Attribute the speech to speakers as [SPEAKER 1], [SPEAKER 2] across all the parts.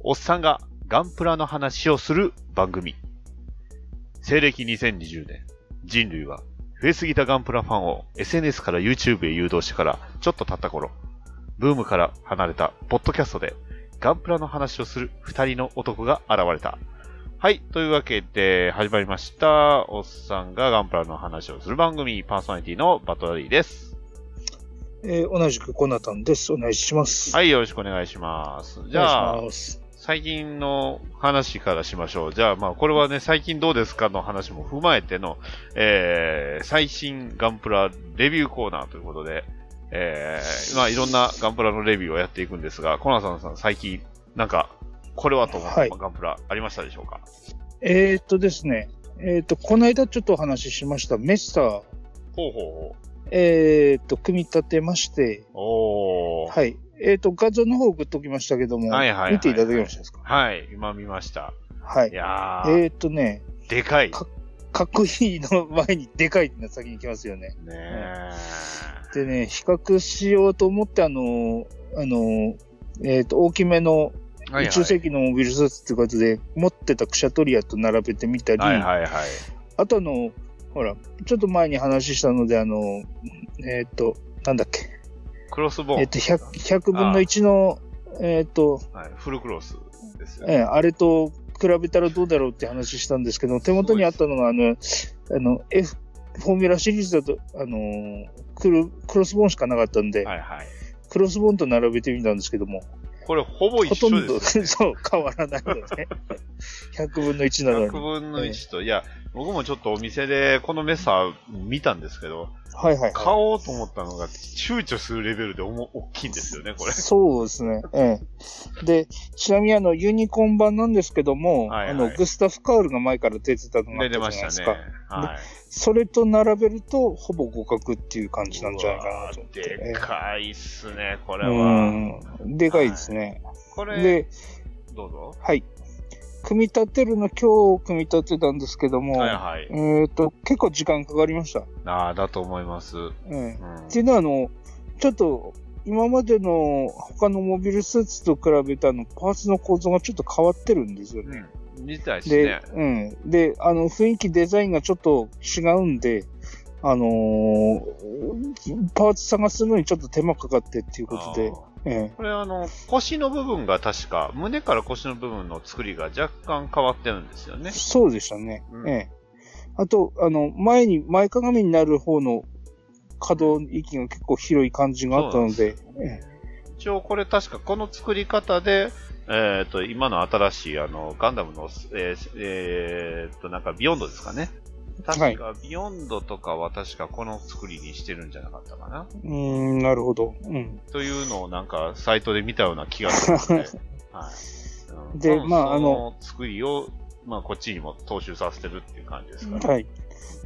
[SPEAKER 1] おっさんがガンプラの話をする番組。西暦2020年、人類は増えすぎたガンプラファンを SNS から YouTube へ誘導してからちょっと経った頃、ブームから離れたポッドキャストでガンプラの話をする二人の男が現れた。はい。というわけで、始まりました。おっさんがガンプラの話をする番組、パーソナリティのバトラリーです。
[SPEAKER 2] えー同じくコナタンです。お願いします。
[SPEAKER 1] はい。よろしくお願いします。
[SPEAKER 2] お
[SPEAKER 1] じ
[SPEAKER 2] 願いし
[SPEAKER 1] ゃ
[SPEAKER 2] ま
[SPEAKER 1] あ、
[SPEAKER 2] す。
[SPEAKER 1] 最近の話からしましょう。じゃあ、まあ、これはね、最近どうですかの話も踏まえての、えー、最新ガンプラレビューコーナーということで、えー、まあ、いろんなガンプラのレビューをやっていくんですが、コナさんさん、最近、なんか、これはと思った
[SPEAKER 2] はい
[SPEAKER 1] ガンプラありましたでしょうか
[SPEAKER 2] えーっとですね、えーっと、この間ちょっとお話ししましたメッサー、
[SPEAKER 1] ほうほ
[SPEAKER 2] えーっと、組み立てまして、
[SPEAKER 1] うほう。おー。
[SPEAKER 2] はい。えーっと、画像の方送っときましたけども、
[SPEAKER 1] はいはいはいはい
[SPEAKER 2] 見ていただけましたですか
[SPEAKER 1] はい、今見ました。
[SPEAKER 2] はい
[SPEAKER 1] い。やー、
[SPEAKER 2] えーっとね、
[SPEAKER 1] でかい。ね
[SPEAKER 2] かかっこいいの前にでかいのが先に来ますよね。
[SPEAKER 1] ー。
[SPEAKER 2] でね、比較しようと思って、あの、あの、えーっと、大きめの
[SPEAKER 1] はいはい
[SPEAKER 2] 宇宙世紀のモビルスーツっていうことで、持ってたクシャトリアと並べてみたり、
[SPEAKER 1] はいはいはい。
[SPEAKER 2] あとあの、ほら、ちょっと前に話したので、あの、えっ、と、なんだっけ、
[SPEAKER 1] クロスボーン。
[SPEAKER 2] えっ、と100、100分の1の、えっ、と、
[SPEAKER 1] はい、フルクロスですよね
[SPEAKER 2] ええあれと比べたらどうだろうって話したんですけど、手元にあったのが、あの、あの、F、フォーミュラシリーズだと、あのクル、クロスボーンしかなかったんで、
[SPEAKER 1] はいはい。
[SPEAKER 2] クロスボーンと並べてみたんですけども、
[SPEAKER 1] これほぼ
[SPEAKER 2] ほ
[SPEAKER 1] 一
[SPEAKER 2] と
[SPEAKER 1] 緒
[SPEAKER 2] ん
[SPEAKER 1] です
[SPEAKER 2] ど、
[SPEAKER 1] よ。
[SPEAKER 2] そう、変わらないの ね。100分の1な
[SPEAKER 1] 100
[SPEAKER 2] のに。
[SPEAKER 1] 分の1と、いや、僕もちょっとお店でこのメッサー見たんですけど、
[SPEAKER 2] はいはい。
[SPEAKER 1] 買おうと思ったのが躊躇するレベルでおも大きいんですよね、これ。
[SPEAKER 2] そうですね。ええ。で、ちなみにあの、ユニコーン版なんですけども、
[SPEAKER 1] はいはい
[SPEAKER 2] あの、グスタフ・カウルが前から出てたのがあ
[SPEAKER 1] 出
[SPEAKER 2] ったじ
[SPEAKER 1] てま
[SPEAKER 2] ゃないで
[SPEAKER 1] し
[SPEAKER 2] す
[SPEAKER 1] た
[SPEAKER 2] か。
[SPEAKER 1] ね。はい。
[SPEAKER 2] それと並べると、ほぼ互角っていう感じなんじゃないかなと思って。
[SPEAKER 1] うわーでかいっすね、これは。
[SPEAKER 2] うん。でかいですね。
[SPEAKER 1] これ、
[SPEAKER 2] で、
[SPEAKER 1] どうぞ。
[SPEAKER 2] はい。組み立てるの今日組み立てたんですけども、
[SPEAKER 1] はいはい。
[SPEAKER 2] えっ、と、結構時間かかりました。
[SPEAKER 1] ああ、だと思います。うん。
[SPEAKER 2] ええっていうのは、あの、ちょっと、今までの他のモビルスーツと比べたあのパーツの構造がちょっと変わってるんですよね。
[SPEAKER 1] うん。自体ですね
[SPEAKER 2] で。、うん。で、あの、雰囲気、デザインがちょっと違うんで、あのーパーツ探すのにちょっと手間かかってっていうことで
[SPEAKER 1] あー、
[SPEAKER 2] ええ
[SPEAKER 1] これあの、腰の部分が確か、胸から腰の部分の作りが若干変わってるんですよね。
[SPEAKER 2] そうでしたね。
[SPEAKER 1] うん
[SPEAKER 2] ええあと、あの、前に、前かがみになる方の可動域が結構広い感じがあったので、え
[SPEAKER 1] 一応これ確かこの作り方で、えっと今の新しいあのガンダムの、えーえーっとなんかビヨンドですかね。
[SPEAKER 2] は
[SPEAKER 1] 確
[SPEAKER 2] い
[SPEAKER 1] かビヨンドとかは確かこの作りにしてるんじゃなかったかな。
[SPEAKER 2] えうーん、なるほど。うん。
[SPEAKER 1] というのをなんかサイトで見たような気がする ので。はいうん
[SPEAKER 2] で
[SPEAKER 1] 多分
[SPEAKER 2] まあ
[SPEAKER 1] そ
[SPEAKER 2] あ
[SPEAKER 1] の
[SPEAKER 2] の
[SPEAKER 1] 作りを、まあ、こっちにも踏襲させてるっていう感じですかね。
[SPEAKER 2] はい。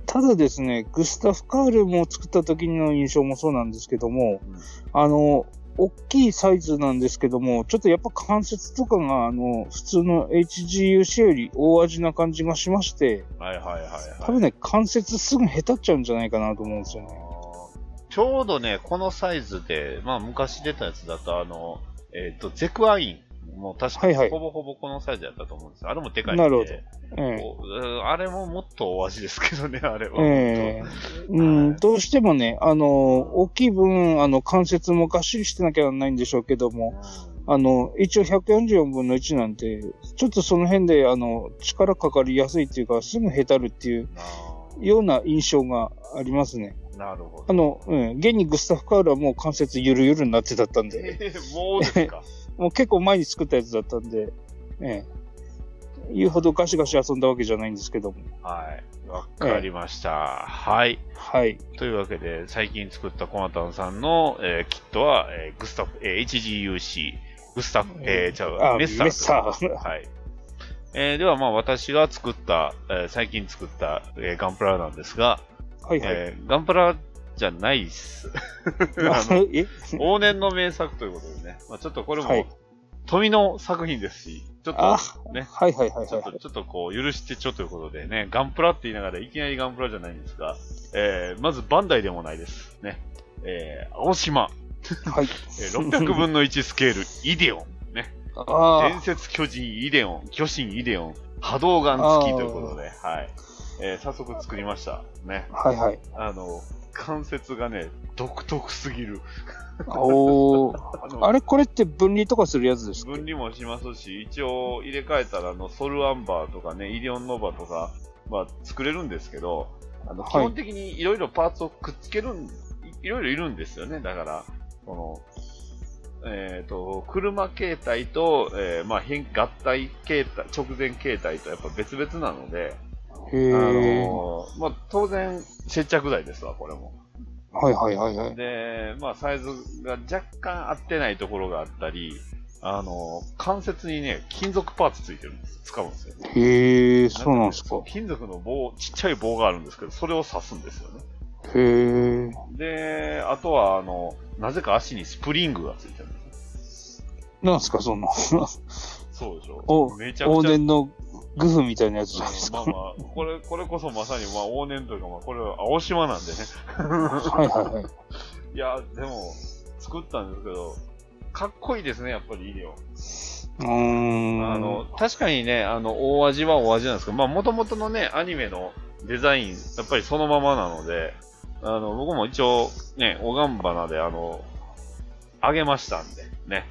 [SPEAKER 2] ただですね、グスタフ・カールも作った時の印象もそうなんですけども、
[SPEAKER 1] うん
[SPEAKER 2] あの、大きいサイズなんですけども、ちょっとやっぱ関節とかが、あの、普通の HGUC より大味な感じがしまして、
[SPEAKER 1] はいはいはいはい。
[SPEAKER 2] 多分ね、関節すぐ下手っちゃうんじゃないかなと思うんですよね。
[SPEAKER 1] ちょうどね、このサイズで、まあ昔出たやつだと、あの、えっ、と、ゼクアインも確か
[SPEAKER 2] は
[SPEAKER 1] に
[SPEAKER 2] いはい
[SPEAKER 1] ほぼほぼこのサイズやったと思うんですよあれもでかいんで。
[SPEAKER 2] なるほどえ
[SPEAKER 1] こううんあれももっとお味ですけどね、あれは。
[SPEAKER 2] えええうん、どうしてもね、あの、大きい分、あの、関節もがっしりしてなきゃならないんでしょうけども、あの、一応144分の1なんて、ちょっとその辺で、あの、力かかりやすいっていうか、すぐへたるっていうような印象がありますね。
[SPEAKER 1] ななるほど。
[SPEAKER 2] あの、うん、現にグスタフ・カウルはもう関節ゆるゆるになってだったんで、
[SPEAKER 1] えーもうです か。
[SPEAKER 2] もう結構前に作ったやつだったんで、ええ、言うほどガシガシ遊んだわけじゃないんですけども。
[SPEAKER 1] はい。わかりました。はい。
[SPEAKER 2] はい。
[SPEAKER 1] というわけで、最近作ったコナタンさんの、えーキットは、えーグスタフ、えー HGUC、グスタフ、えー、ちゃう、
[SPEAKER 2] あ
[SPEAKER 1] メッサー。
[SPEAKER 2] メッサー
[SPEAKER 1] はい。えーでは、まあ、私が作った、えー最近作った、えーガンプラなんですが、
[SPEAKER 2] はいはい。
[SPEAKER 1] えーガンプラじゃないっす。あの
[SPEAKER 2] え
[SPEAKER 1] 往年の名作ということでね、まあ、ちょっとこれも、
[SPEAKER 2] はい
[SPEAKER 1] 富の作品ですし、ちょっ
[SPEAKER 2] あ
[SPEAKER 1] と、ね、
[SPEAKER 2] はいはいはい
[SPEAKER 1] ちょっ
[SPEAKER 2] は
[SPEAKER 1] と、
[SPEAKER 2] い。
[SPEAKER 1] ちょっとこう、許してちょということでね、ガンプラって言いながら、いきなりガンプラじゃないんですが、えー、まずバンダイでもないです。ね。えー、青島、
[SPEAKER 2] はい。
[SPEAKER 1] え ー600分の1スケール、イデオン。ね。
[SPEAKER 2] あ
[SPEAKER 1] 伝説巨人イデオン、巨神イデオン、波動眼付きということで、はい。えー早速作りました。ね。
[SPEAKER 2] あ、はいはい。
[SPEAKER 1] あの、関節がね、独特すぎる。
[SPEAKER 2] おー。
[SPEAKER 1] あの
[SPEAKER 2] あれこれって分離とかするやつですか
[SPEAKER 1] 分離もしますし、一応入れ替えたら、あの、ソルアンバーとかね、イデオンノバとか、まあ、作れるんですけど、あの、
[SPEAKER 2] は
[SPEAKER 1] 基
[SPEAKER 2] い
[SPEAKER 1] 本的にいろいろパーツをくっつけるん、いいろいろいるんですよね。だから、この、えっ、と、車形態と、えーまあ、変、合体形態、直前形態とやっぱ別々なので、
[SPEAKER 2] へ
[SPEAKER 1] あ
[SPEAKER 2] え。
[SPEAKER 1] のーまあ、当然、接着剤ですわ、これも。
[SPEAKER 2] はいはいはいはい。
[SPEAKER 1] で、まあ、サイズが若干合ってないところがあったり、あの、関節にね、金属パーツついてるんです。使うんですよ。
[SPEAKER 2] へえ、そうなんですか
[SPEAKER 1] そう。金属の棒、ちっちゃい棒があるんですけど、それを刺すんですよね。
[SPEAKER 2] へえ。
[SPEAKER 1] で、あとは、あの、なぜか足にスプリングがついてるんですよ。
[SPEAKER 2] なんですか、そんな。
[SPEAKER 1] そうでしょ。
[SPEAKER 2] お
[SPEAKER 1] めちゃく
[SPEAKER 2] 往
[SPEAKER 1] ちゃ。
[SPEAKER 2] 年のグフみたいなやつじゃないです
[SPEAKER 1] ま
[SPEAKER 2] か
[SPEAKER 1] あ。まあ、これ、これこそまさに、まあ、往年というか、まあ、これは青島なんでね。
[SPEAKER 2] はいはいはい。
[SPEAKER 1] いや、でも、作ったんですけど、かっこいいですね、やっぱり、イデオン。
[SPEAKER 2] うーん。
[SPEAKER 1] あの、、確かにね、あの、大味は大味なんですけど、まあ、もともとのね、アニメのデザイン、やっぱりそのままなので、あの、僕も一応、ね、おがんばなで、あの、あげましたんで、ね。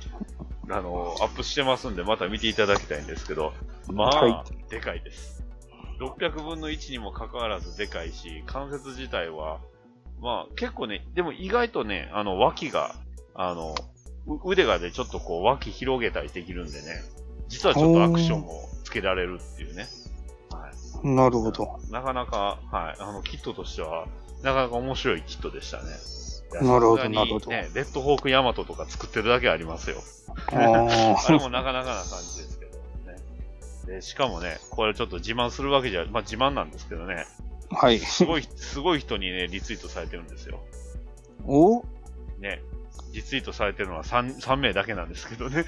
[SPEAKER 1] あの、アップしてますんで、また見ていただきたいんですけど、まあ、
[SPEAKER 2] は
[SPEAKER 1] でかいです。600分の1にもかかわらずでかいし、関節自体は、まあ、結構ね、でも意外とね、あの、脇が、あの、う腕がね、ちょっとこう、脇広げたりできるんでね、実はちょっとアクションもつけられるっていうね。はい、
[SPEAKER 2] なるほど。
[SPEAKER 1] なかなか、はい、あの、キットとしては、なかなか面白いキットでしたね。いや
[SPEAKER 2] なるほど
[SPEAKER 1] さすがに
[SPEAKER 2] なるほど
[SPEAKER 1] ね、レッドホークヤマトとか作ってるだけありますよ。
[SPEAKER 2] あ
[SPEAKER 1] あれもなかなかな感じですけどね。で、しかもね、これちょっと自慢するわけじゃ、まあ自慢なんですけどね、
[SPEAKER 2] あ。はい。
[SPEAKER 1] す ごい、すごい人にね、リツイートされてるんですよ。
[SPEAKER 2] おはい
[SPEAKER 1] ね。リツイートされてるのは 3, 3名だけなんですけどね。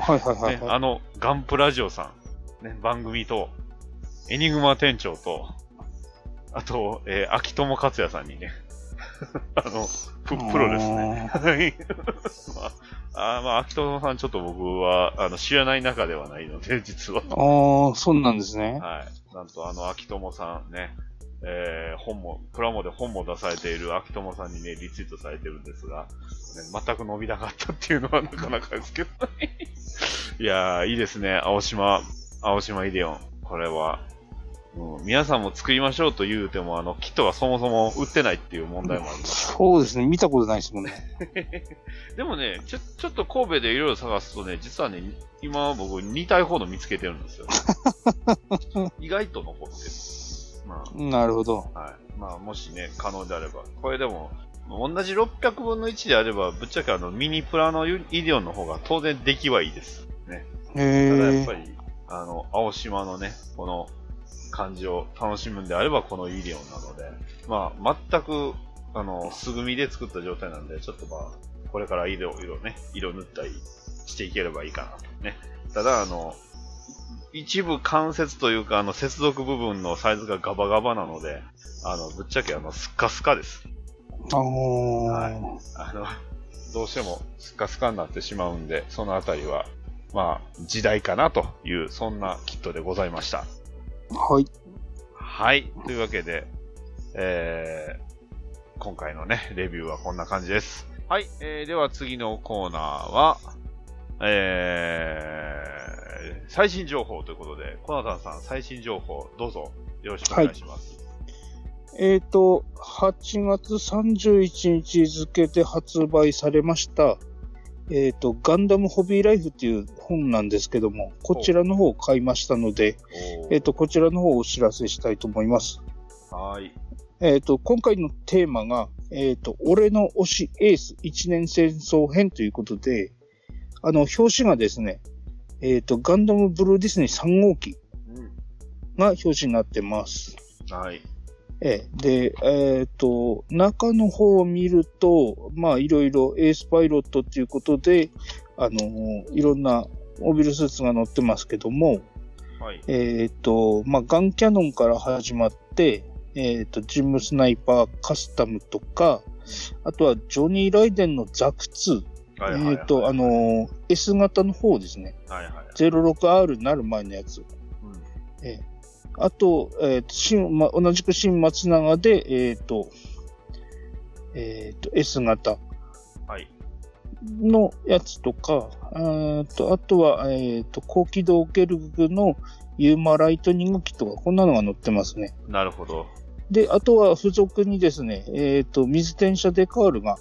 [SPEAKER 2] はいはい
[SPEAKER 1] ね、
[SPEAKER 2] はい。
[SPEAKER 1] あの、ガンプラジオさん、ね、番組と、エニグマ店長と、あと、えー秋友克也さんにね、 あの、ププロですね。
[SPEAKER 2] ね。
[SPEAKER 1] はい。 まあ、あーまあ、秋友さん、ちょっと僕は、あの、知らない中ではないので、実は。
[SPEAKER 2] ああ、そうなんですね。
[SPEAKER 1] はい。なんと、あの、秋友さんね、えー本も、プラモで本も出されている秋友さんにね、リツイートされてるんですが、ね、全く伸びなかったっていうのはなかなかですけど、 いやー、いいですね。青島、青島イデオン。これは、うん、皆さんも作りましょうと言うても、あの、キットがそもそも売ってないっていう問題もあります。
[SPEAKER 2] そうですね。見たことないですもんね。
[SPEAKER 1] でもね、ちょ、ちょっと神戸でいろいろ探すとね、実はね、今僕2体ほど見つけてるんですよ。意外と残ってる。ま
[SPEAKER 2] なるほど。
[SPEAKER 1] あ、はい。まあ、もしね、可能であれば。これでも、同じ600分の1であれば、ぶっちゃけあの、ミニプラのユイデオンの方が当然出来はいいです。ね。
[SPEAKER 2] へ
[SPEAKER 1] ただや
[SPEAKER 2] え
[SPEAKER 1] っぱ。り、あの、青島のね、この感じを楽しむんであれば、このイデオンなので、まあ、全く、あの、素組みで作った状態なんで、ちょっとまあ、これから色々ね、色塗ったりしていければいいかなとね。ただ、あの、一部関節というか、あの、接続部分のサイズがガバガバなので、あの、ぶっちゃけ、あの、スッカスカです。
[SPEAKER 2] ああ、
[SPEAKER 1] はあの、どうしてもスカスカになってしまうんで、そのあたりは、まあ、時代かなという、そんなキットでございました。
[SPEAKER 2] はい。
[SPEAKER 1] はい。というわけで、えー、今回のね、レビューはこんな感じです。はい。えー、では次のコーナーは、えー、最新情報ということで、コナタンさん、最新情報、どうぞ、よろしくお願いします。
[SPEAKER 2] えっ、と、8月31日付で発売されました、えっ、と、ガンダムホビーライフっていう本なんですけども、こちらの方を買いましたので、
[SPEAKER 1] おー
[SPEAKER 2] えっ、と、こちらの方をお知らせしたいと思います。
[SPEAKER 1] はーい。
[SPEAKER 2] えっ、と、今回のテーマが、えっ、と、俺の推しエース一年戦争編ということで、あの、表紙がですね、えっ、と、ガンダムブルーディスニー3号機
[SPEAKER 1] うん。
[SPEAKER 2] が表紙になってます。
[SPEAKER 1] はい。
[SPEAKER 2] ええ、で、えっ、と、中の方を見ると、まあ、いろいろエースパイロットっていうことで、あのーいろんなモビルスーツが乗ってますけども、
[SPEAKER 1] はい。
[SPEAKER 2] えっ、と、まあ、ガンキャノンから始まって、えっ、と、ジムスナイパーカスタムとか、あとはジョニー・ライデンのザク2。
[SPEAKER 1] はいはいはい
[SPEAKER 2] えっと、あのー S 型の方ですね。
[SPEAKER 1] はいはい。
[SPEAKER 2] 06R になる前のやつ。
[SPEAKER 1] うん
[SPEAKER 2] あと、えーと新ま、同じく新松永で、えっ、と、えっ、と、S 型
[SPEAKER 1] はい。
[SPEAKER 2] のやつとか、あーとあとは、えっ、と、高機動ゲルグのユーマライトニング機とか、こんなのが載ってますね。
[SPEAKER 1] なるほど。。
[SPEAKER 2] で、あとは付属にですね、えっ、と、水転写デカールが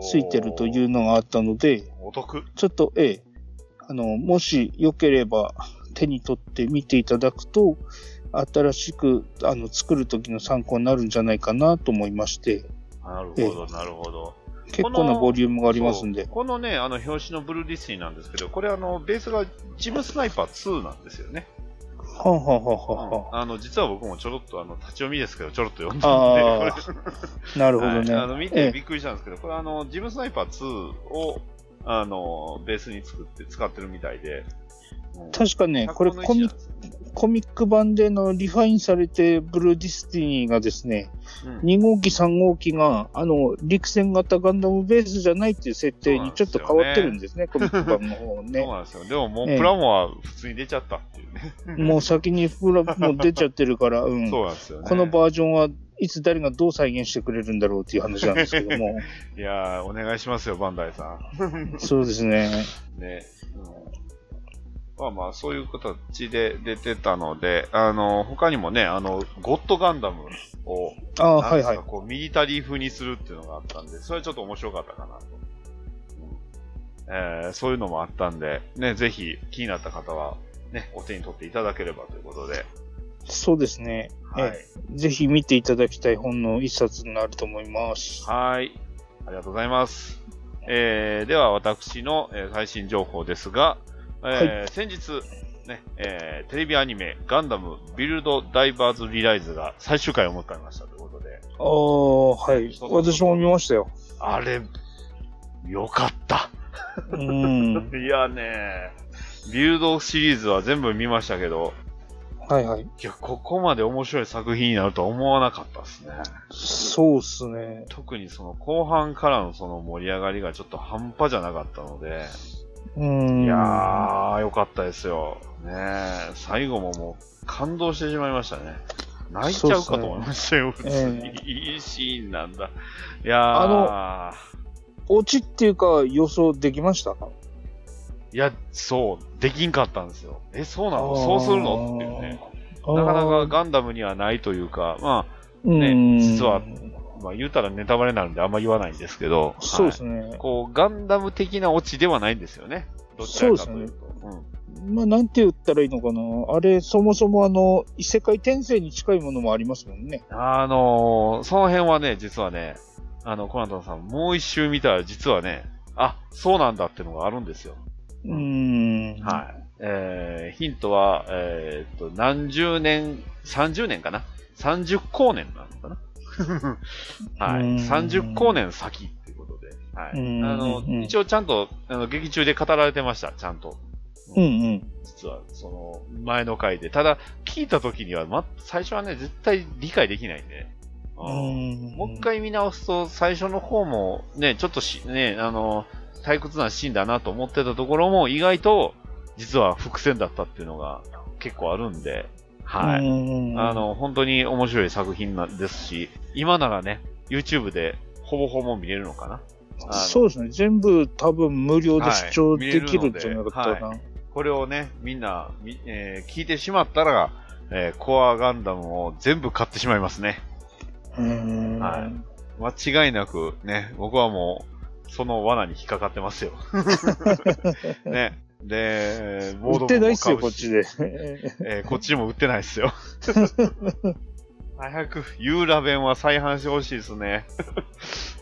[SPEAKER 2] ついてるといううのがあったので、
[SPEAKER 1] お得。
[SPEAKER 2] ちょっと、ええ、あの、もしよければ手に取って見ていただくと、新しくあの作る時の参考になるんじゃないかなと思いまして、
[SPEAKER 1] なるほど、なるほど。
[SPEAKER 2] 結構なボリュームがありますんで
[SPEAKER 1] そう。このね、あの、表紙のブルーディスニーなんですけど、これあの、ベースがジムスナイパー2なんですよね。
[SPEAKER 2] はあ、はあはあはあは
[SPEAKER 1] あの、実は僕もちょろっと、あの、立ち読みですけど、ちょろっと読ん
[SPEAKER 2] あ
[SPEAKER 1] だんで、これ
[SPEAKER 2] あ、なるほどね。
[SPEAKER 1] はいあの見
[SPEAKER 2] え
[SPEAKER 1] てびっくりしたんですけど、これあの、ジムスナイパー2を、あの、ベースに作って使ってるみたいで。うん
[SPEAKER 2] え確かね、これ
[SPEAKER 1] 100
[SPEAKER 2] コミ
[SPEAKER 1] 分の1なんですよね
[SPEAKER 2] コミック版でのリファインされてブルーディスティニーがですね、
[SPEAKER 1] うん
[SPEAKER 2] 2号機3号機があの陸戦型ガンダムベースじゃないっていう設定にちょっと変わってるんですね、コミック版の方ね
[SPEAKER 1] そう。なんですよ。でももう
[SPEAKER 2] ええ
[SPEAKER 1] プラモは普通に出ちゃったっていうね。
[SPEAKER 2] もう先にフラもう出ちゃってるから、うん。
[SPEAKER 1] そうなんですよね。
[SPEAKER 2] このバージョンはいつ誰がどう再現してくれるんだろうっていう話なんですけ ども。
[SPEAKER 1] いやー、お願いしますよ、バンダイさ
[SPEAKER 2] そうですね。
[SPEAKER 1] ん。ね。うん、まあまあ、そういう形で出てたので、あの、他にもね、あの、ゴッドガンダムを、
[SPEAKER 2] ああ、はい
[SPEAKER 1] なんです
[SPEAKER 2] はい
[SPEAKER 1] か。こう、ミリタリー風にするっていうのがあったんで、それはちょっと面白かったかなと。うんえーそういうのもあったんで、ね、ぜひ気になった方は、ね、お手に取っていただければということで、
[SPEAKER 2] そうですね。
[SPEAKER 1] はい。
[SPEAKER 2] ぜひ見ていただきたい本の一冊になると思います。
[SPEAKER 1] はい。ありがとうございます。えーでは、私の、えー最新情報ですが、えー先日、ね、えーテレビアニメ、ガンダムビルドダイバーズリライズが最終回を迎えましたということで、
[SPEAKER 2] ああ、はい。私も見ましたよ。
[SPEAKER 1] あれ、よかった。
[SPEAKER 2] うん。
[SPEAKER 1] いやね、ビルドシリーズは全部見ましたけど、
[SPEAKER 2] はいはい。
[SPEAKER 1] いや、ここまで面白い作品になるとは思わなかったですね。
[SPEAKER 2] そうっすね。
[SPEAKER 1] 特にその後半からのその盛り上がりがちょっと半端じゃなかったので、
[SPEAKER 2] うん。
[SPEAKER 1] いやー、よかったですよ。ねえ最後ももう感動してしまいましたね。泣いちゃうかと思いましたよ、普
[SPEAKER 2] そうっす
[SPEAKER 1] 通
[SPEAKER 2] ね
[SPEAKER 1] に。 いいシーンなんだ。いやー、
[SPEAKER 2] あ落ちっていうか予想できました
[SPEAKER 1] いや、そう、できんかったんですよ。え、そうなの
[SPEAKER 2] あー
[SPEAKER 1] そうするのっていうね。なかなか、ガンダムにはないというか、まね
[SPEAKER 2] うん
[SPEAKER 1] 実はあ、まあ言うたらネタバレなんであんま言わないんですけど、
[SPEAKER 2] そうです
[SPEAKER 1] ね。
[SPEAKER 2] ね。
[SPEAKER 1] こう、ガンダム的なオチではないんですよね。どちらかというと。うん
[SPEAKER 2] まあ、なんて言ったらいいのかな。あれ、そもそもあの、異世界転生に近いものもありますもんね。
[SPEAKER 1] あのーその辺はね、実はね、あの、コナタンさん、もう一周見たら、実はね、あ、そうなんだってのがあるんですよ。
[SPEAKER 2] うーん。。
[SPEAKER 1] はい。えー、ヒントは、えーっと、何十年、30年かな ?30 光年なのかなはいう
[SPEAKER 2] ん
[SPEAKER 1] 30光年先っていうことで。はい。あ
[SPEAKER 2] うん
[SPEAKER 1] の
[SPEAKER 2] う、ん
[SPEAKER 1] 一応ちゃんと、あの、劇中で語られてました、ちゃんと。
[SPEAKER 2] うんうん。
[SPEAKER 1] 実は、その、前の回で。ただ、聞いた時には、ま、最初はね、絶対理解できないんで。
[SPEAKER 2] う
[SPEAKER 1] うん
[SPEAKER 2] ーん
[SPEAKER 1] もう一。回見直すと、最初の方もね、ちょっとし、ね、あの、退屈なシーンだなと思ってたところも、意外と、実は伏線だったっていうのが結構あるんで、は。
[SPEAKER 2] はいい
[SPEAKER 1] あ、の、本当に面白い作品なんですし、今ならね、YouTube でほぼほぼ見れるのかな。あの
[SPEAKER 2] そうですね。全部多分無料で視聴
[SPEAKER 1] はい
[SPEAKER 2] できるんじゃなかった
[SPEAKER 1] 見れる
[SPEAKER 2] か
[SPEAKER 1] の
[SPEAKER 2] な。
[SPEAKER 1] これをね、みんな、みえー聞いてしまったら、えーコアガンダムを全部買ってしまいますね。
[SPEAKER 2] うーん
[SPEAKER 1] は間違いなくね、僕はもう、その罠に引っかかって ますよ。ね。で、
[SPEAKER 2] 売ってないっすよ、
[SPEAKER 1] 買
[SPEAKER 2] こ
[SPEAKER 1] う
[SPEAKER 2] っ
[SPEAKER 1] し
[SPEAKER 2] ちで。
[SPEAKER 1] えーこっちも売ってないっす よ。早く、ユーラベンは再販してほしいですね。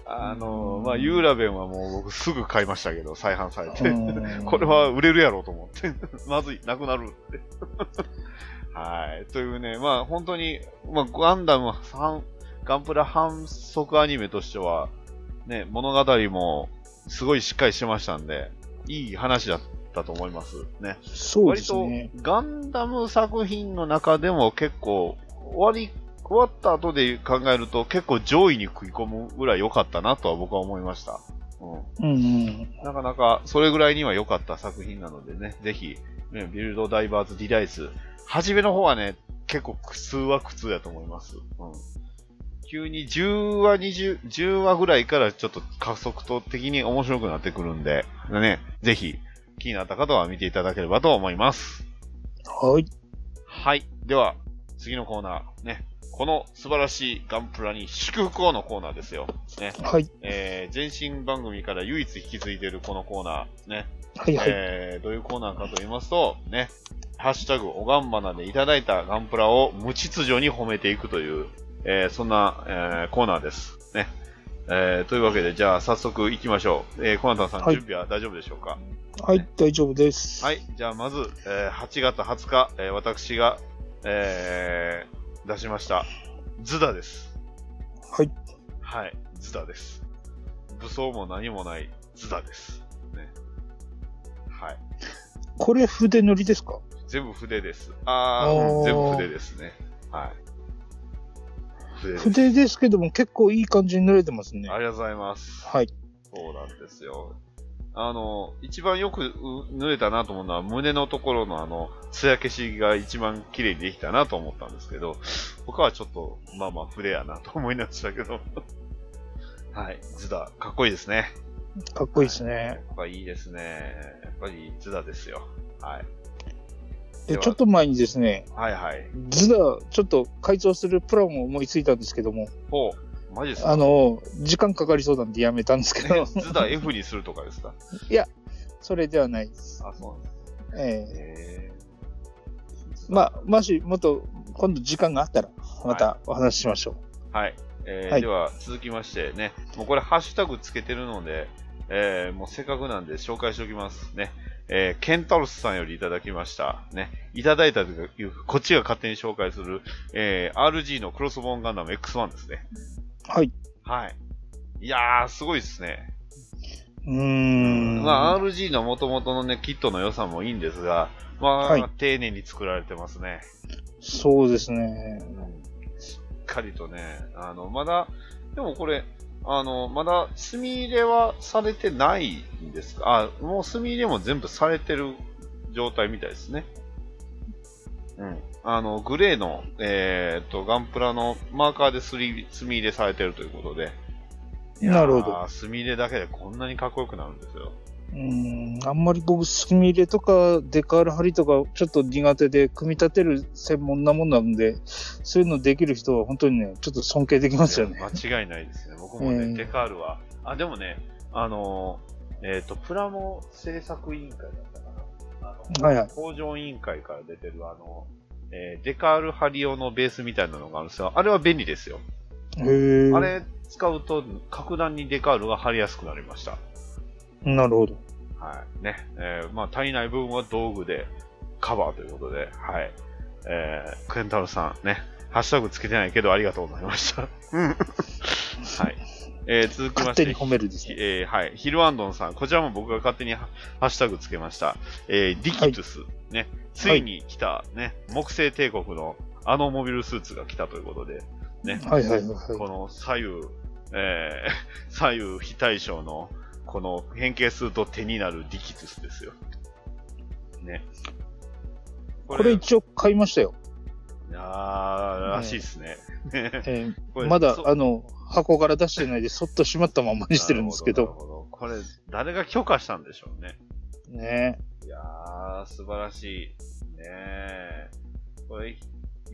[SPEAKER 1] あの、まあ、ユーラベンはもう僕すぐ買いましたけど、再販されて。 これは売れるやろうと思って、 まずい、なくなるって。 はい。というね、まあ本当に、まあガンダム反、ガンプラ反則アニメとしては、ね、物語もすごいしっかりしてましたんで、いい話だったと思いますね。
[SPEAKER 2] そうです
[SPEAKER 1] 割
[SPEAKER 2] ね。
[SPEAKER 1] とガンダム作品の中でも結構、割終わった後で考えると、結構上位に食い込むぐらい良かったなとは僕は思いました。う
[SPEAKER 2] うんうん。
[SPEAKER 1] ん。なかなか、それぐらいには良かった作品なのでね、ぜひ、ね、ビルドダイバーズディライス、初めの方はね、結構苦痛は苦痛だと思います。うん。急に10話、20、10話ぐらいからちょっと加速度的に面白くなってくるんで、ね、ぜひ、気になった方は見ていただければと思います。
[SPEAKER 2] はい。
[SPEAKER 1] はい。では、次のコーナー。ね。この素晴らしいガンプラに祝福をのコーナーですよ。ね。
[SPEAKER 2] はい。
[SPEAKER 1] えー、前身番組から唯一引き継いでいるこのコーナー。ね。
[SPEAKER 2] はいはい。
[SPEAKER 1] えー、どういうコーナーかと言いますと、ね。ハッシュタグ、おがんばなでいただいたガンプラを無秩序に褒めていくという、えー、そんな、えー、コーナーです。ね。えー、というわけで、じゃあ早速行きましょう。えー、コナタンさん、
[SPEAKER 2] はい
[SPEAKER 1] 準備は大丈夫でしょうか
[SPEAKER 2] はい、大丈夫です。
[SPEAKER 1] はい、じゃあまず、えー8月20日、えー私が、えー出しました、ズダです。
[SPEAKER 2] はい。
[SPEAKER 1] はい、ズダです。武装も何もないズダです。ね。はい。
[SPEAKER 2] これ筆塗りですか
[SPEAKER 1] 全部筆です。あー、
[SPEAKER 2] おー
[SPEAKER 1] 全部筆ですね。はい。筆です。
[SPEAKER 2] 筆ですけども結構いい感じに塗れてますね。
[SPEAKER 1] ありがとうございます。
[SPEAKER 2] はい。
[SPEAKER 1] そうなんですよ。あの、一番よくう塗れたなと思うのは、胸のところのあの、艶消しが一番綺麗にできたなと思ったんですけど、他はちょっと、まあまあ、筆やなと思いましたけど。はい。ズダ、かっこいいですね。
[SPEAKER 2] かっこいいですね。
[SPEAKER 1] やっぱいいですね。やっぱりズダですよ。はい。で
[SPEAKER 2] で、
[SPEAKER 1] は
[SPEAKER 2] ちょっと前にですね、
[SPEAKER 1] はいはい。
[SPEAKER 2] 図だ、ちょっと改造するプランを思いついたんですけども、
[SPEAKER 1] ほう。マジです
[SPEAKER 2] あ
[SPEAKER 1] か、
[SPEAKER 2] の、時間かかりそうなんでやめたんですけ ど
[SPEAKER 1] ズダ F にするとかですか
[SPEAKER 2] それではないです。
[SPEAKER 1] あ、そうなんです
[SPEAKER 2] ええ
[SPEAKER 1] ね。
[SPEAKER 2] まあ、もし、もっと、今度時間があったら、またお話ししましょう。
[SPEAKER 1] はい。えー
[SPEAKER 2] はい
[SPEAKER 1] では、続きましてね、もうこれハッシュタグつけてるので、えーもうせっかくなんで紹介しておきますね。えーケンタロスさんよりいただきました。ね。いただいたというか、こっちが勝手に紹介する、えー RG のクロスボーンガンダム X1 ですね。
[SPEAKER 2] はい。
[SPEAKER 1] はい。いやー、すごいですね。
[SPEAKER 2] うーん。
[SPEAKER 1] まあ、RG の元々のね、キットの良さもいいんですが、まあ、
[SPEAKER 2] はい
[SPEAKER 1] 丁寧に作られてますね。
[SPEAKER 2] そうですね。
[SPEAKER 1] しっかりとね、あの、まだ、でもこれ、あの、まだ墨入れはされてないんですかあ、もう墨入れも全部されてる状態みたいですね。うん。あの、グレーの、えーっと、ガンプラのマーカーですり墨入れされてるということで。いやー
[SPEAKER 2] なるほど。。
[SPEAKER 1] 墨入れだけでこんなにかっこよくなるんですよ。
[SPEAKER 2] うーん。あんまり僕、墨入れとか、デカール貼りとか、ちょっと苦手で、組み立てる専門なもんなんで、そういうのできる人は本当にね、ちょっと尊敬できますよ
[SPEAKER 1] い
[SPEAKER 2] ね
[SPEAKER 1] や。間違いないですね。僕もね、
[SPEAKER 2] うん
[SPEAKER 1] デカールは。あ、でもね、あのー、えっ、と、プラモ制作委員会だったかな。あの
[SPEAKER 2] はいはい
[SPEAKER 1] 工場委員会から出てる、あの、えーデカールハリオのベースみたいなのがあるんですよ。あれは便利ですよ。
[SPEAKER 2] へえ。
[SPEAKER 1] あれ使うと、格段にデカールが貼りやすくなりました。
[SPEAKER 2] なるほど。
[SPEAKER 1] はい。ね。えーまあ、足りない部分は道具でカバーということで、はい。えー、クエンタロさん、ね。ハッシュタグつけてないけど、ありがとうございました。うん。はい。えー続きま
[SPEAKER 2] 勝
[SPEAKER 1] し
[SPEAKER 2] 手に
[SPEAKER 1] て、
[SPEAKER 2] 褒めるですね。
[SPEAKER 1] えーはい。ヒルアンドンさん。こちらも僕が勝手にハハッシュタグつけました。えーディキトゥス。ね。ついに来た、ね。木星帝国のあのモビルスーツが来たということで、ね。
[SPEAKER 2] はいはいはいはい。
[SPEAKER 1] この左右、えー 左右非対称の、この変形すると手になるディキトゥスですよ。ね。こ
[SPEAKER 2] これ一応買いましたよ。
[SPEAKER 1] あー、らしいですね。
[SPEAKER 2] えー
[SPEAKER 1] これ
[SPEAKER 2] まだ
[SPEAKER 1] そ、
[SPEAKER 2] あの、箱から出してないで、そっと閉まったままにしてるんですけ
[SPEAKER 1] なる
[SPEAKER 2] ど。
[SPEAKER 1] ほど。なるほどこれ、誰が許可したんでしょうね。
[SPEAKER 2] ね
[SPEAKER 1] いやー、素晴らしい。ねえこれ、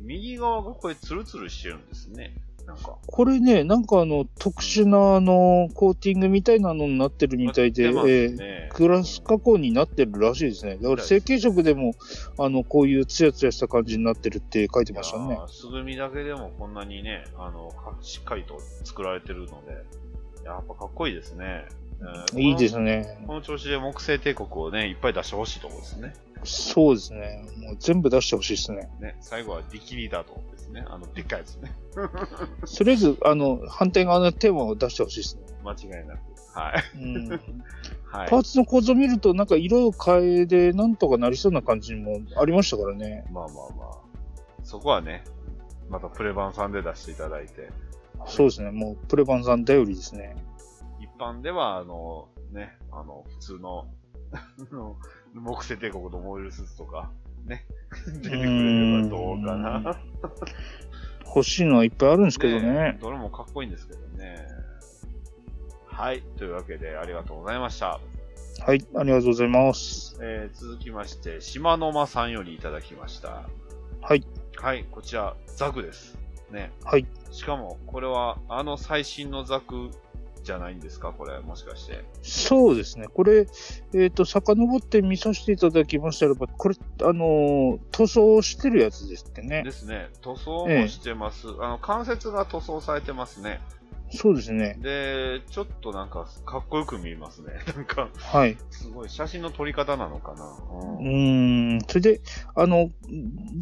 [SPEAKER 1] 右側がこれツルツルしてるんですね。なんか。
[SPEAKER 2] これね、なんかあの、特殊なあの、コーティングみたいなのになってるみたいで、
[SPEAKER 1] やっ
[SPEAKER 2] え
[SPEAKER 1] てますね
[SPEAKER 2] ーグラス加工になってるらしいですね。だから成型色でも、あの、こういうツヤツヤした感じになってるって書いてました
[SPEAKER 1] い
[SPEAKER 2] ね
[SPEAKER 1] や。ー素組みだけでもこんなにね、あの、かしっかりと作られてるので、やっぱかっこいいですね。えー
[SPEAKER 2] いいで
[SPEAKER 1] こ
[SPEAKER 2] すね
[SPEAKER 1] の。この調子で木星帝国をね、いっぱい出してほしいところですね。
[SPEAKER 2] そうですね。もう全部出してほしいですね。
[SPEAKER 1] ね、最後はディキリーダーとですね。あの、でっかいやつね。
[SPEAKER 2] とりあえず、あの、反対側のテーマを出してほしいですね。
[SPEAKER 1] 間違いなく。はい。
[SPEAKER 2] うん、
[SPEAKER 1] はい。
[SPEAKER 2] パーツの構造見ると、なんか色を変えで、なんとかなりそうな感じもありましたからね。
[SPEAKER 1] まあまあまあ。そこはね、またプレ版さんで出していただいて、
[SPEAKER 2] そうですね。もう、プレバンさん頼りですね。
[SPEAKER 1] 一般では、あの、ね、あの、普通の、 あの木星帝国のモールスーツとか、ね、出てくれればどうかな。
[SPEAKER 2] 欲しいのはいっぱいあるんですけど
[SPEAKER 1] ね
[SPEAKER 2] ね。
[SPEAKER 1] どれもかっこいいんですけどね。はい。というわけで、ありがとうございました。
[SPEAKER 2] はい、ありがとうございます。
[SPEAKER 1] えー続きまして、島の間さんよりいただきました。
[SPEAKER 2] はい。
[SPEAKER 1] はい、こちら、ザクです。ね。
[SPEAKER 2] はい。
[SPEAKER 1] しかも、これは、あの最新のザクじゃないんですかこれ、もしかして。
[SPEAKER 2] そうですね。これ、えっ、と、遡って見させていただきましたらば、これ、あのー塗装してるやつですってね。
[SPEAKER 1] ですね。塗装
[SPEAKER 2] え
[SPEAKER 1] も
[SPEAKER 2] え
[SPEAKER 1] してます。あの、関節が塗装されてますね。
[SPEAKER 2] そうですね。
[SPEAKER 1] で、ちょっとなんか、かっこよく見えますね。 なんか、
[SPEAKER 2] はい。
[SPEAKER 1] すごい、写真の撮り方なのかな。うん
[SPEAKER 2] うーん。それで、あの、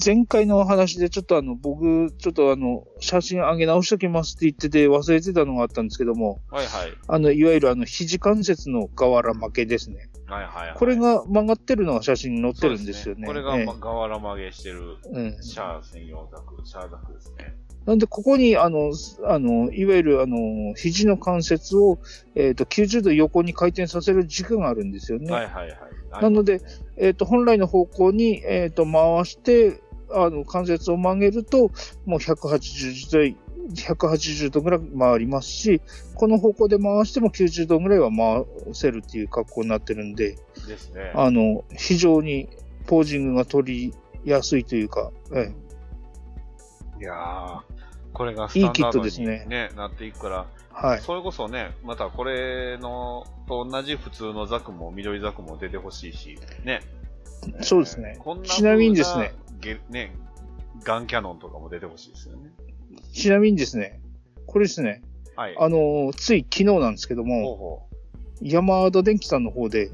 [SPEAKER 2] 前回のお話で、ちょっとあの、僕、ちょっとあの、写真上げ直しときますって言ってて、忘れてたのがあったんですけども、
[SPEAKER 1] はいはい。
[SPEAKER 2] あの、いわゆるあの、肘関節の瓦負けですね。
[SPEAKER 1] はいはいはい。
[SPEAKER 2] これが曲がってるのが写真に載ってるんですよね。
[SPEAKER 1] そうこれが、
[SPEAKER 2] ええ
[SPEAKER 1] ま、瓦曲げしてる、
[SPEAKER 2] うん、
[SPEAKER 1] シャア専用ザク、シャアザクですね。
[SPEAKER 2] なんで、ここに、あの、すあの、いわゆる、あの、肘の関節を、えっ、と、90度横に回転させる軸があるんですよね。
[SPEAKER 1] はいはいはい。
[SPEAKER 2] なので、えっ、と、本来の方向に、えっ、と、回して、あの、関節を曲げると、もう180度、180度ぐらい回りますし、この方向で回しても90度ぐらいは回せるっていう格好になってるんで、
[SPEAKER 1] ですね。
[SPEAKER 2] あの、非常にポージングが取りやすいというか、ええ
[SPEAKER 1] いやー、これがスタンダードに、ね、
[SPEAKER 2] いいキットですね
[SPEAKER 1] なっていくから、
[SPEAKER 2] はい。
[SPEAKER 1] それこそね、またこれのと同じ普通のザクも、緑ザクも出てほしいし、ね。
[SPEAKER 2] そうですね
[SPEAKER 1] えーこんな
[SPEAKER 2] ちなみにですね
[SPEAKER 1] 風な。ゲね、ガンキャノンとかも出てほしいですよね。
[SPEAKER 2] ちなみにですね、これですね、
[SPEAKER 1] はい。
[SPEAKER 2] あのーつい昨日なんですけど
[SPEAKER 1] ほう
[SPEAKER 2] も、
[SPEAKER 1] ほ
[SPEAKER 2] 山田電機さんの方で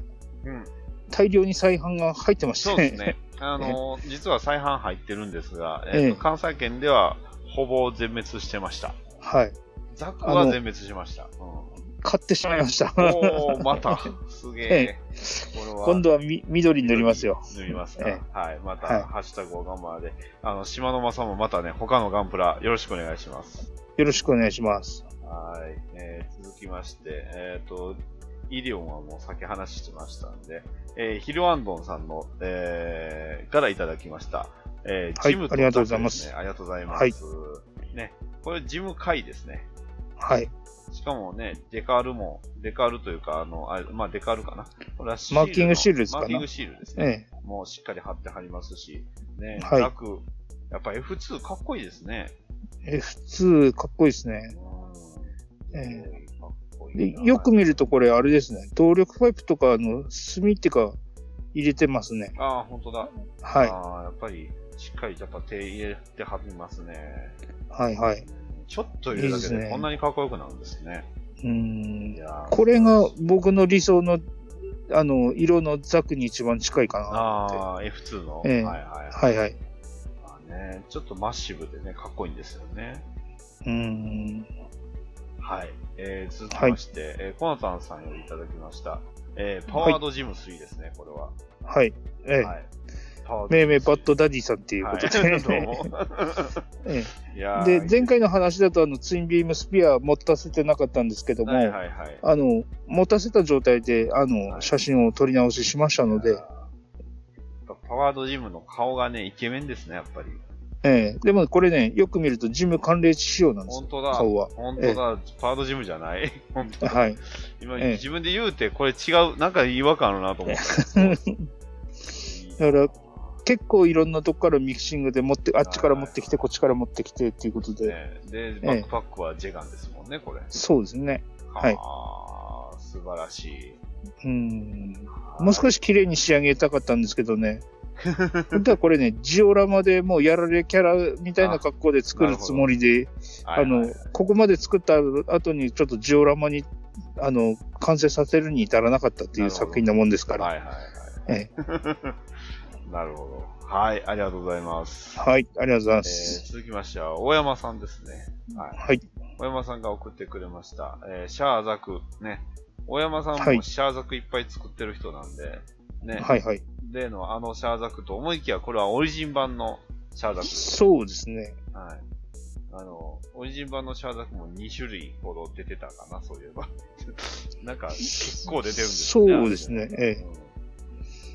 [SPEAKER 1] う。うん。
[SPEAKER 2] 大量に再販が入ってまし
[SPEAKER 1] そう
[SPEAKER 2] て、
[SPEAKER 1] ですね。あの、実は再販入ってるんですが、えーと
[SPEAKER 2] ええ
[SPEAKER 1] 関西圏ではほぼ全滅してました。
[SPEAKER 2] はい。
[SPEAKER 1] ザクは全滅しました。うん、
[SPEAKER 2] 買ってしまいました。
[SPEAKER 1] おー、また、すげえ。これは
[SPEAKER 2] 今度はみ緑に塗りますよ。。
[SPEAKER 1] 塗りますか。
[SPEAKER 2] え
[SPEAKER 1] はい。また、
[SPEAKER 2] はい
[SPEAKER 1] ハッシュタグをガンマーで。あの、島の間さんもまたね、他のガンプラ、よろしくお願いします。
[SPEAKER 2] よろしくお願いします。
[SPEAKER 1] はい。えー続きまして、えっ、と、イリオンはもう先話してましたんで、えーヒルアンドンさんの、えーからいただきました。えー
[SPEAKER 2] はい
[SPEAKER 1] ジム
[SPEAKER 2] ありがとうございます
[SPEAKER 1] ザクでねありがとうございます。
[SPEAKER 2] はい
[SPEAKER 1] ね。これ、ジム会ですね。
[SPEAKER 2] はい。
[SPEAKER 1] しかもね、デカールも、デカールというか、あの、あれまあ、デカールかな。これはシの
[SPEAKER 2] マーキングシールですかね
[SPEAKER 1] マーキングシールですね。
[SPEAKER 2] ええ、
[SPEAKER 1] もうしっかり貼って貼りますし、ね、
[SPEAKER 2] はい
[SPEAKER 1] ザク、やっぱ F2 かっこいいですね。
[SPEAKER 2] え普通、かっこいいですね。
[SPEAKER 1] うん
[SPEAKER 2] え
[SPEAKER 1] かっこいい
[SPEAKER 2] で
[SPEAKER 1] な
[SPEAKER 2] よく見るとこれあれですね、動力パイプとかの炭っていうか入れてますね。
[SPEAKER 1] ああ、本当だ。
[SPEAKER 2] はい。
[SPEAKER 1] ああ、やっぱり、しっかりやっぱ手入れて貼りますね。
[SPEAKER 2] はいはい。
[SPEAKER 1] ちょっと入れるだけ
[SPEAKER 2] いいです
[SPEAKER 1] で
[SPEAKER 2] ね
[SPEAKER 1] こんなにかっこよくなるんですね。
[SPEAKER 2] うーん
[SPEAKER 1] い。やー
[SPEAKER 2] これが僕の理想の、あの、色のザクに一番近いかなって。
[SPEAKER 1] ああ、F2 の、
[SPEAKER 2] ええ
[SPEAKER 1] はいはいは
[SPEAKER 2] はいはい。
[SPEAKER 1] い、まあね。ちょっとマッシブでね、かっこいいんですよね。
[SPEAKER 2] うーん。
[SPEAKER 1] はい。えー、続きまして、えーコナタンさんよりいただきました。えー、パワードジム3ですね、これは。
[SPEAKER 2] はい。ええ。
[SPEAKER 1] はい。パワー
[SPEAKER 2] めいめいバッドダディさんっていうことで。
[SPEAKER 1] はい、どう も
[SPEAKER 2] え
[SPEAKER 1] いや
[SPEAKER 2] え
[SPEAKER 1] ー
[SPEAKER 2] で、前回の話だと、あの、ツインビームスピア持たせてなかったんですけども、
[SPEAKER 1] はいはいはい。
[SPEAKER 2] あの、持たせた状態で、あ
[SPEAKER 1] はい
[SPEAKER 2] の、写真を撮り直ししましたので、
[SPEAKER 1] パワードジムの顔がね、イケメンですね、やっぱり。
[SPEAKER 2] ええでもこれね、よく見るとジム関連仕様なんです
[SPEAKER 1] 本
[SPEAKER 2] よ、
[SPEAKER 1] 当だ。
[SPEAKER 2] 顔は。
[SPEAKER 1] 本当だ。パワードジムじゃない。 本当だ。
[SPEAKER 2] はい。
[SPEAKER 1] 今、
[SPEAKER 2] ええ
[SPEAKER 1] 自分で言うて、これ違う、なんか違和感あるなと思 った。
[SPEAKER 2] だから結構いろんなとこからミキシングで持って、あっちから持ってきて、こっちから持ってきてっていうことで、
[SPEAKER 1] ねで、バックパックはジェガンですもんね、これ。
[SPEAKER 2] そうですね。はい
[SPEAKER 1] あー素晴らしい。
[SPEAKER 2] うん。もう少し綺麗に仕上げたかったんですけどね。本当はこれね、ジオラマでもうやられキャラみたいな格好で作るつもりで、
[SPEAKER 1] はい
[SPEAKER 2] あ
[SPEAKER 1] はいはい
[SPEAKER 2] の、ここまで作った後にちょっとジオラマに、あの、完成させるに至らなかったってい
[SPEAKER 1] なる
[SPEAKER 2] う
[SPEAKER 1] ほど
[SPEAKER 2] 作品なもんですから。
[SPEAKER 1] はいはいはい。
[SPEAKER 2] え
[SPEAKER 1] なるほど。はい、ありがとうございます。
[SPEAKER 2] はい、ありがとうございま
[SPEAKER 1] え
[SPEAKER 2] す。
[SPEAKER 1] ー続きましては、大山さんですね。はい。
[SPEAKER 2] はい、
[SPEAKER 1] 大山さんが送ってくれました。えーシャアザク、ね。大山さ
[SPEAKER 2] は
[SPEAKER 1] んも
[SPEAKER 2] い
[SPEAKER 1] シャアザクいっぱい作ってる人なんで、ね。
[SPEAKER 2] はい、はい。
[SPEAKER 1] 例のあのシャアザクと思いきや、これはオリジン版のシャアザク。
[SPEAKER 2] そうですね。
[SPEAKER 1] はい。あの、オリジン版のシャーザクも2種類ほど出てたかな、そういえば。 なんか、結構出てるんですね。
[SPEAKER 2] そうですね
[SPEAKER 1] あれ
[SPEAKER 2] え
[SPEAKER 1] うん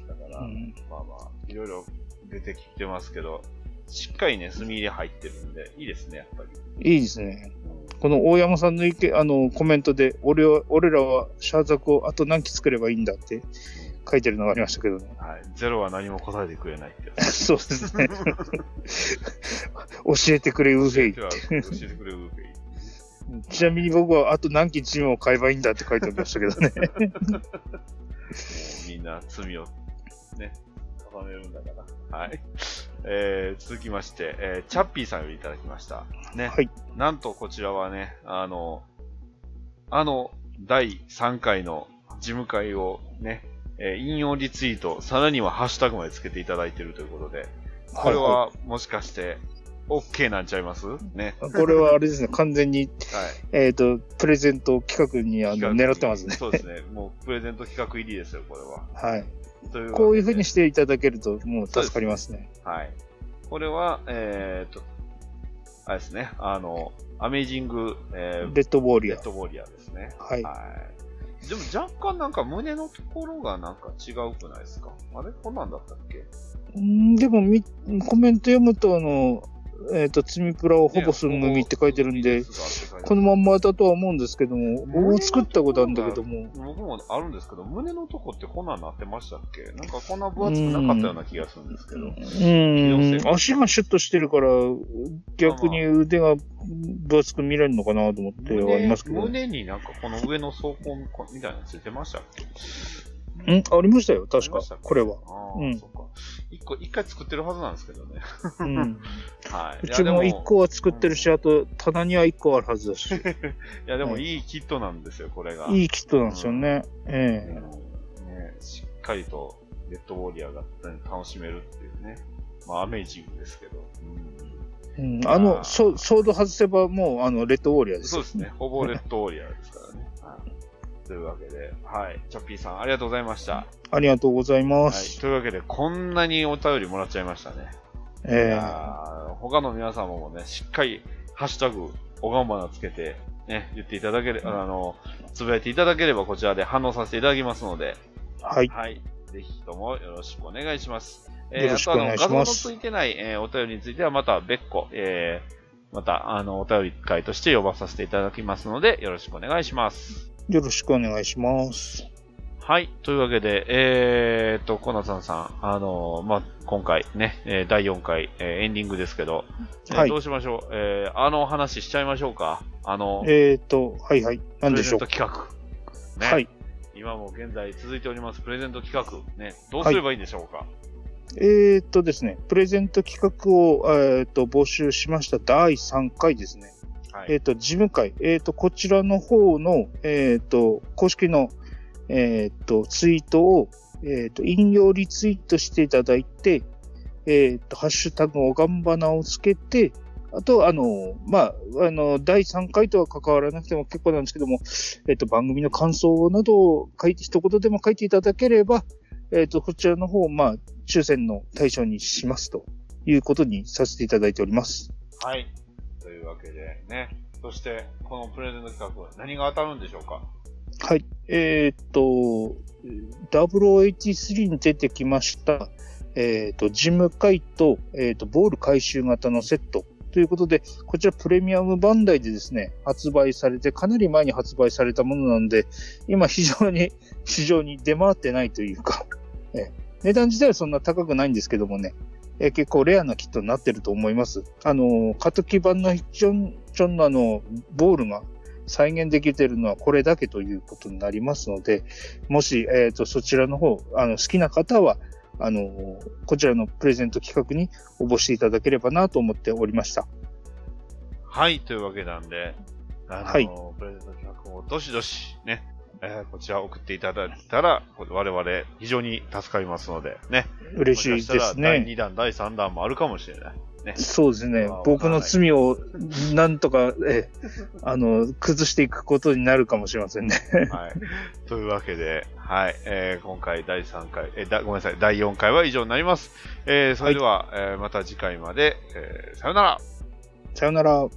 [SPEAKER 1] だから、
[SPEAKER 2] うん
[SPEAKER 1] まあまあ、いろいろ出てきてますけど、しっかりね、墨入れ入ってるんで、いいですね、やっぱり。
[SPEAKER 2] いいですね。
[SPEAKER 1] うん
[SPEAKER 2] この大山さんの意見あのコメントで俺は、俺らはシャーザクをあと何機作ればいいんだって書いてるのがありましたけどね。
[SPEAKER 1] はい。ゼロは何も答えてくれないってやつ。
[SPEAKER 2] そう ですね。教えてくれ、ウーフェイ。
[SPEAKER 1] 教えてくれ、ウーフェイ。
[SPEAKER 2] ちなみに僕はあと何機チームを買えばいいんだって書いてありましたけど ね。
[SPEAKER 1] もうみんな罪をね、重ねるんだから。はい。えー、続きまして、えーチャッピーさんよりいただきました。ね。
[SPEAKER 2] はい
[SPEAKER 1] なんとこちらはね、あの、あの、第3回の事務会をね、えー引用リツイート、さらにはハッシュタグまでつけていただいているということで、これ
[SPEAKER 2] は
[SPEAKER 1] はもしかして、OK なんちゃいますね。
[SPEAKER 2] いはいこれはあれですね、完全に、
[SPEAKER 1] はい。
[SPEAKER 2] えっ、と、プレゼント企画にあの狙ってますね。
[SPEAKER 1] そうですね。もうプレゼント企画入りですよ、これは。
[SPEAKER 2] はい。
[SPEAKER 1] というわけで
[SPEAKER 2] こういうふうにしていただけると、もう助かりますね。
[SPEAKER 1] はい。これは、えー、っと、あれですね、あの、アメイジング、えー、
[SPEAKER 2] レッドボーリ
[SPEAKER 1] レ
[SPEAKER 2] ア
[SPEAKER 1] ッ。ドウォリアーですね。
[SPEAKER 2] はい。
[SPEAKER 1] はい。でも若干なんか胸のところがなんか違うくないですかあれこんなんだったっけ
[SPEAKER 2] うんでもみ、コメント読むと、あの、えっ、と、積みプラをほぼすむみって書いてるんで、、このまんまだとは思うんですけども、僕も作ったことあるんだけども、
[SPEAKER 1] 僕もあるんですけど、胸のとこってこんなんなってましたっけなんかこんな分厚くなかったような気がするんですけど。
[SPEAKER 2] うん、足がシュッとしてるから、逆に腕が分厚く見れるのかなと思ってはありますけど、ん
[SPEAKER 1] 胸になんかこの上の装甲みたいなのついてましたっけ
[SPEAKER 2] ありましたよ、確
[SPEAKER 1] あり
[SPEAKER 2] か
[SPEAKER 1] ましたっ、け
[SPEAKER 2] これは。
[SPEAKER 1] ああ、
[SPEAKER 2] うん
[SPEAKER 1] そっか。一個、一回作ってるはずなんですけどね。
[SPEAKER 2] うん、
[SPEAKER 1] はい。
[SPEAKER 2] う
[SPEAKER 1] いや
[SPEAKER 2] ちも
[SPEAKER 1] で
[SPEAKER 2] 1個は作ってるし、あと棚には1個あるはずだし、
[SPEAKER 1] いや、でもいいキットなんですよ、これが。
[SPEAKER 2] いいキットなんですよね。
[SPEAKER 1] う
[SPEAKER 2] え
[SPEAKER 1] んね、しっかりと、レッドウォリアーがね楽しめるっていうね。まあ、アメイジングですけど。うん
[SPEAKER 2] えうん、あのソ、ソード外せばもう、あの、レッドウォーリアーです
[SPEAKER 1] そう。ですね。ほぼレッドウォリアーです からね。はいというわけで、はい。チャッピーさん、ありがとうございました。
[SPEAKER 2] ありがとうございま
[SPEAKER 1] はい。
[SPEAKER 2] す。
[SPEAKER 1] というわけで、こんなにお便りもらっちゃいましたね。い
[SPEAKER 2] ええ
[SPEAKER 1] やー他の皆様もね、しっかり、ハッシュタグ、おがんばなつけて、ね、言っていただければ、あの、つぶやいていただければ、こちらで反応させていただきますので、
[SPEAKER 2] はい。
[SPEAKER 1] はい。ぜひともよろしくお願いします。
[SPEAKER 2] よろしくお願いします
[SPEAKER 1] あとあの、画像のついてない、えーお便りについては、また別個、えーまた、あの、お便り会として呼ばさせていただきますので、よろしくお願いします。
[SPEAKER 2] よろしくお願いします。
[SPEAKER 1] はい。というわけで、えー、っと、コナさんさん、あのーまあ、今回ね、えー第4回、えーエンディングですけど、えー
[SPEAKER 2] はい
[SPEAKER 1] どうしましょう、えーあの話しちゃいましょうか。あの、
[SPEAKER 2] えっ、と、はいはい。何でしょう
[SPEAKER 1] プレゼント企画。ね、
[SPEAKER 2] はい。
[SPEAKER 1] 今も現在続いておりますプレゼント企画。ね、どうすればいいんでしょうか。
[SPEAKER 2] えーっとですね、プレゼント企画を、えーっと募集しました第3回ですね。
[SPEAKER 1] はい。
[SPEAKER 2] えーっと、事務会。えーっと、こちらの方の、えーっと、公式の、えーっと、ツイートを、えーっと、引用リツイートしていただいて、えーっと、ハッシュタグおがんばなをつけて、あと、あの、まあ、あの、第3回とは関わらなくても結構なんですけども、えーっと、番組の感想などを書いて、一言でも書いていただければ、えーっと、こちらの方、まあ、抽選の対象にしますということにさせていただいております。
[SPEAKER 1] はい。というわけで、ね。そして、このプレゼント企画、何が当たるんでしょうか。
[SPEAKER 2] はい。えーっと、0083に出てきました、えーっと、ジム会と、えーっと、ボール回収型のセット。ということで、こちらプレミアムバンダイでですね、発売されて、かなり前に発売されたものなので、今非常に、 市場に出回ってないというか、え値段自体はそんな高くないんですけどもね、えー結構レアなキットになってると思います。あのー、カトキ版のちょんちょんのあの、ボールが再現できてるのはこれだけということになりますので、もし、えーと、そちらの方、あの、好きな方は、あのー、こちらのプレゼント企画に応募していただければなと思っておりました。
[SPEAKER 1] はい、というわけなんで、あの
[SPEAKER 2] はい
[SPEAKER 1] プレゼント企画をどしどし、ね、えーこちら送っていただいたら、これ我々非常に助かりますので、ね。
[SPEAKER 2] 嬉しいで
[SPEAKER 1] もか
[SPEAKER 2] す
[SPEAKER 1] たら第
[SPEAKER 2] ね。
[SPEAKER 1] 2弾、第3弾もあるかもしれない。
[SPEAKER 2] そうですね
[SPEAKER 1] まあ。
[SPEAKER 2] 僕の罪を、なんとか、えーあの、崩していくことになるかもしれませんね。
[SPEAKER 1] はい。というわけで、はい、えー今回第3回、えーだ、ごめんなさい、第4回は以上になります。えーそれでは、えーまた次回まで、えーさよなら
[SPEAKER 2] さよなら。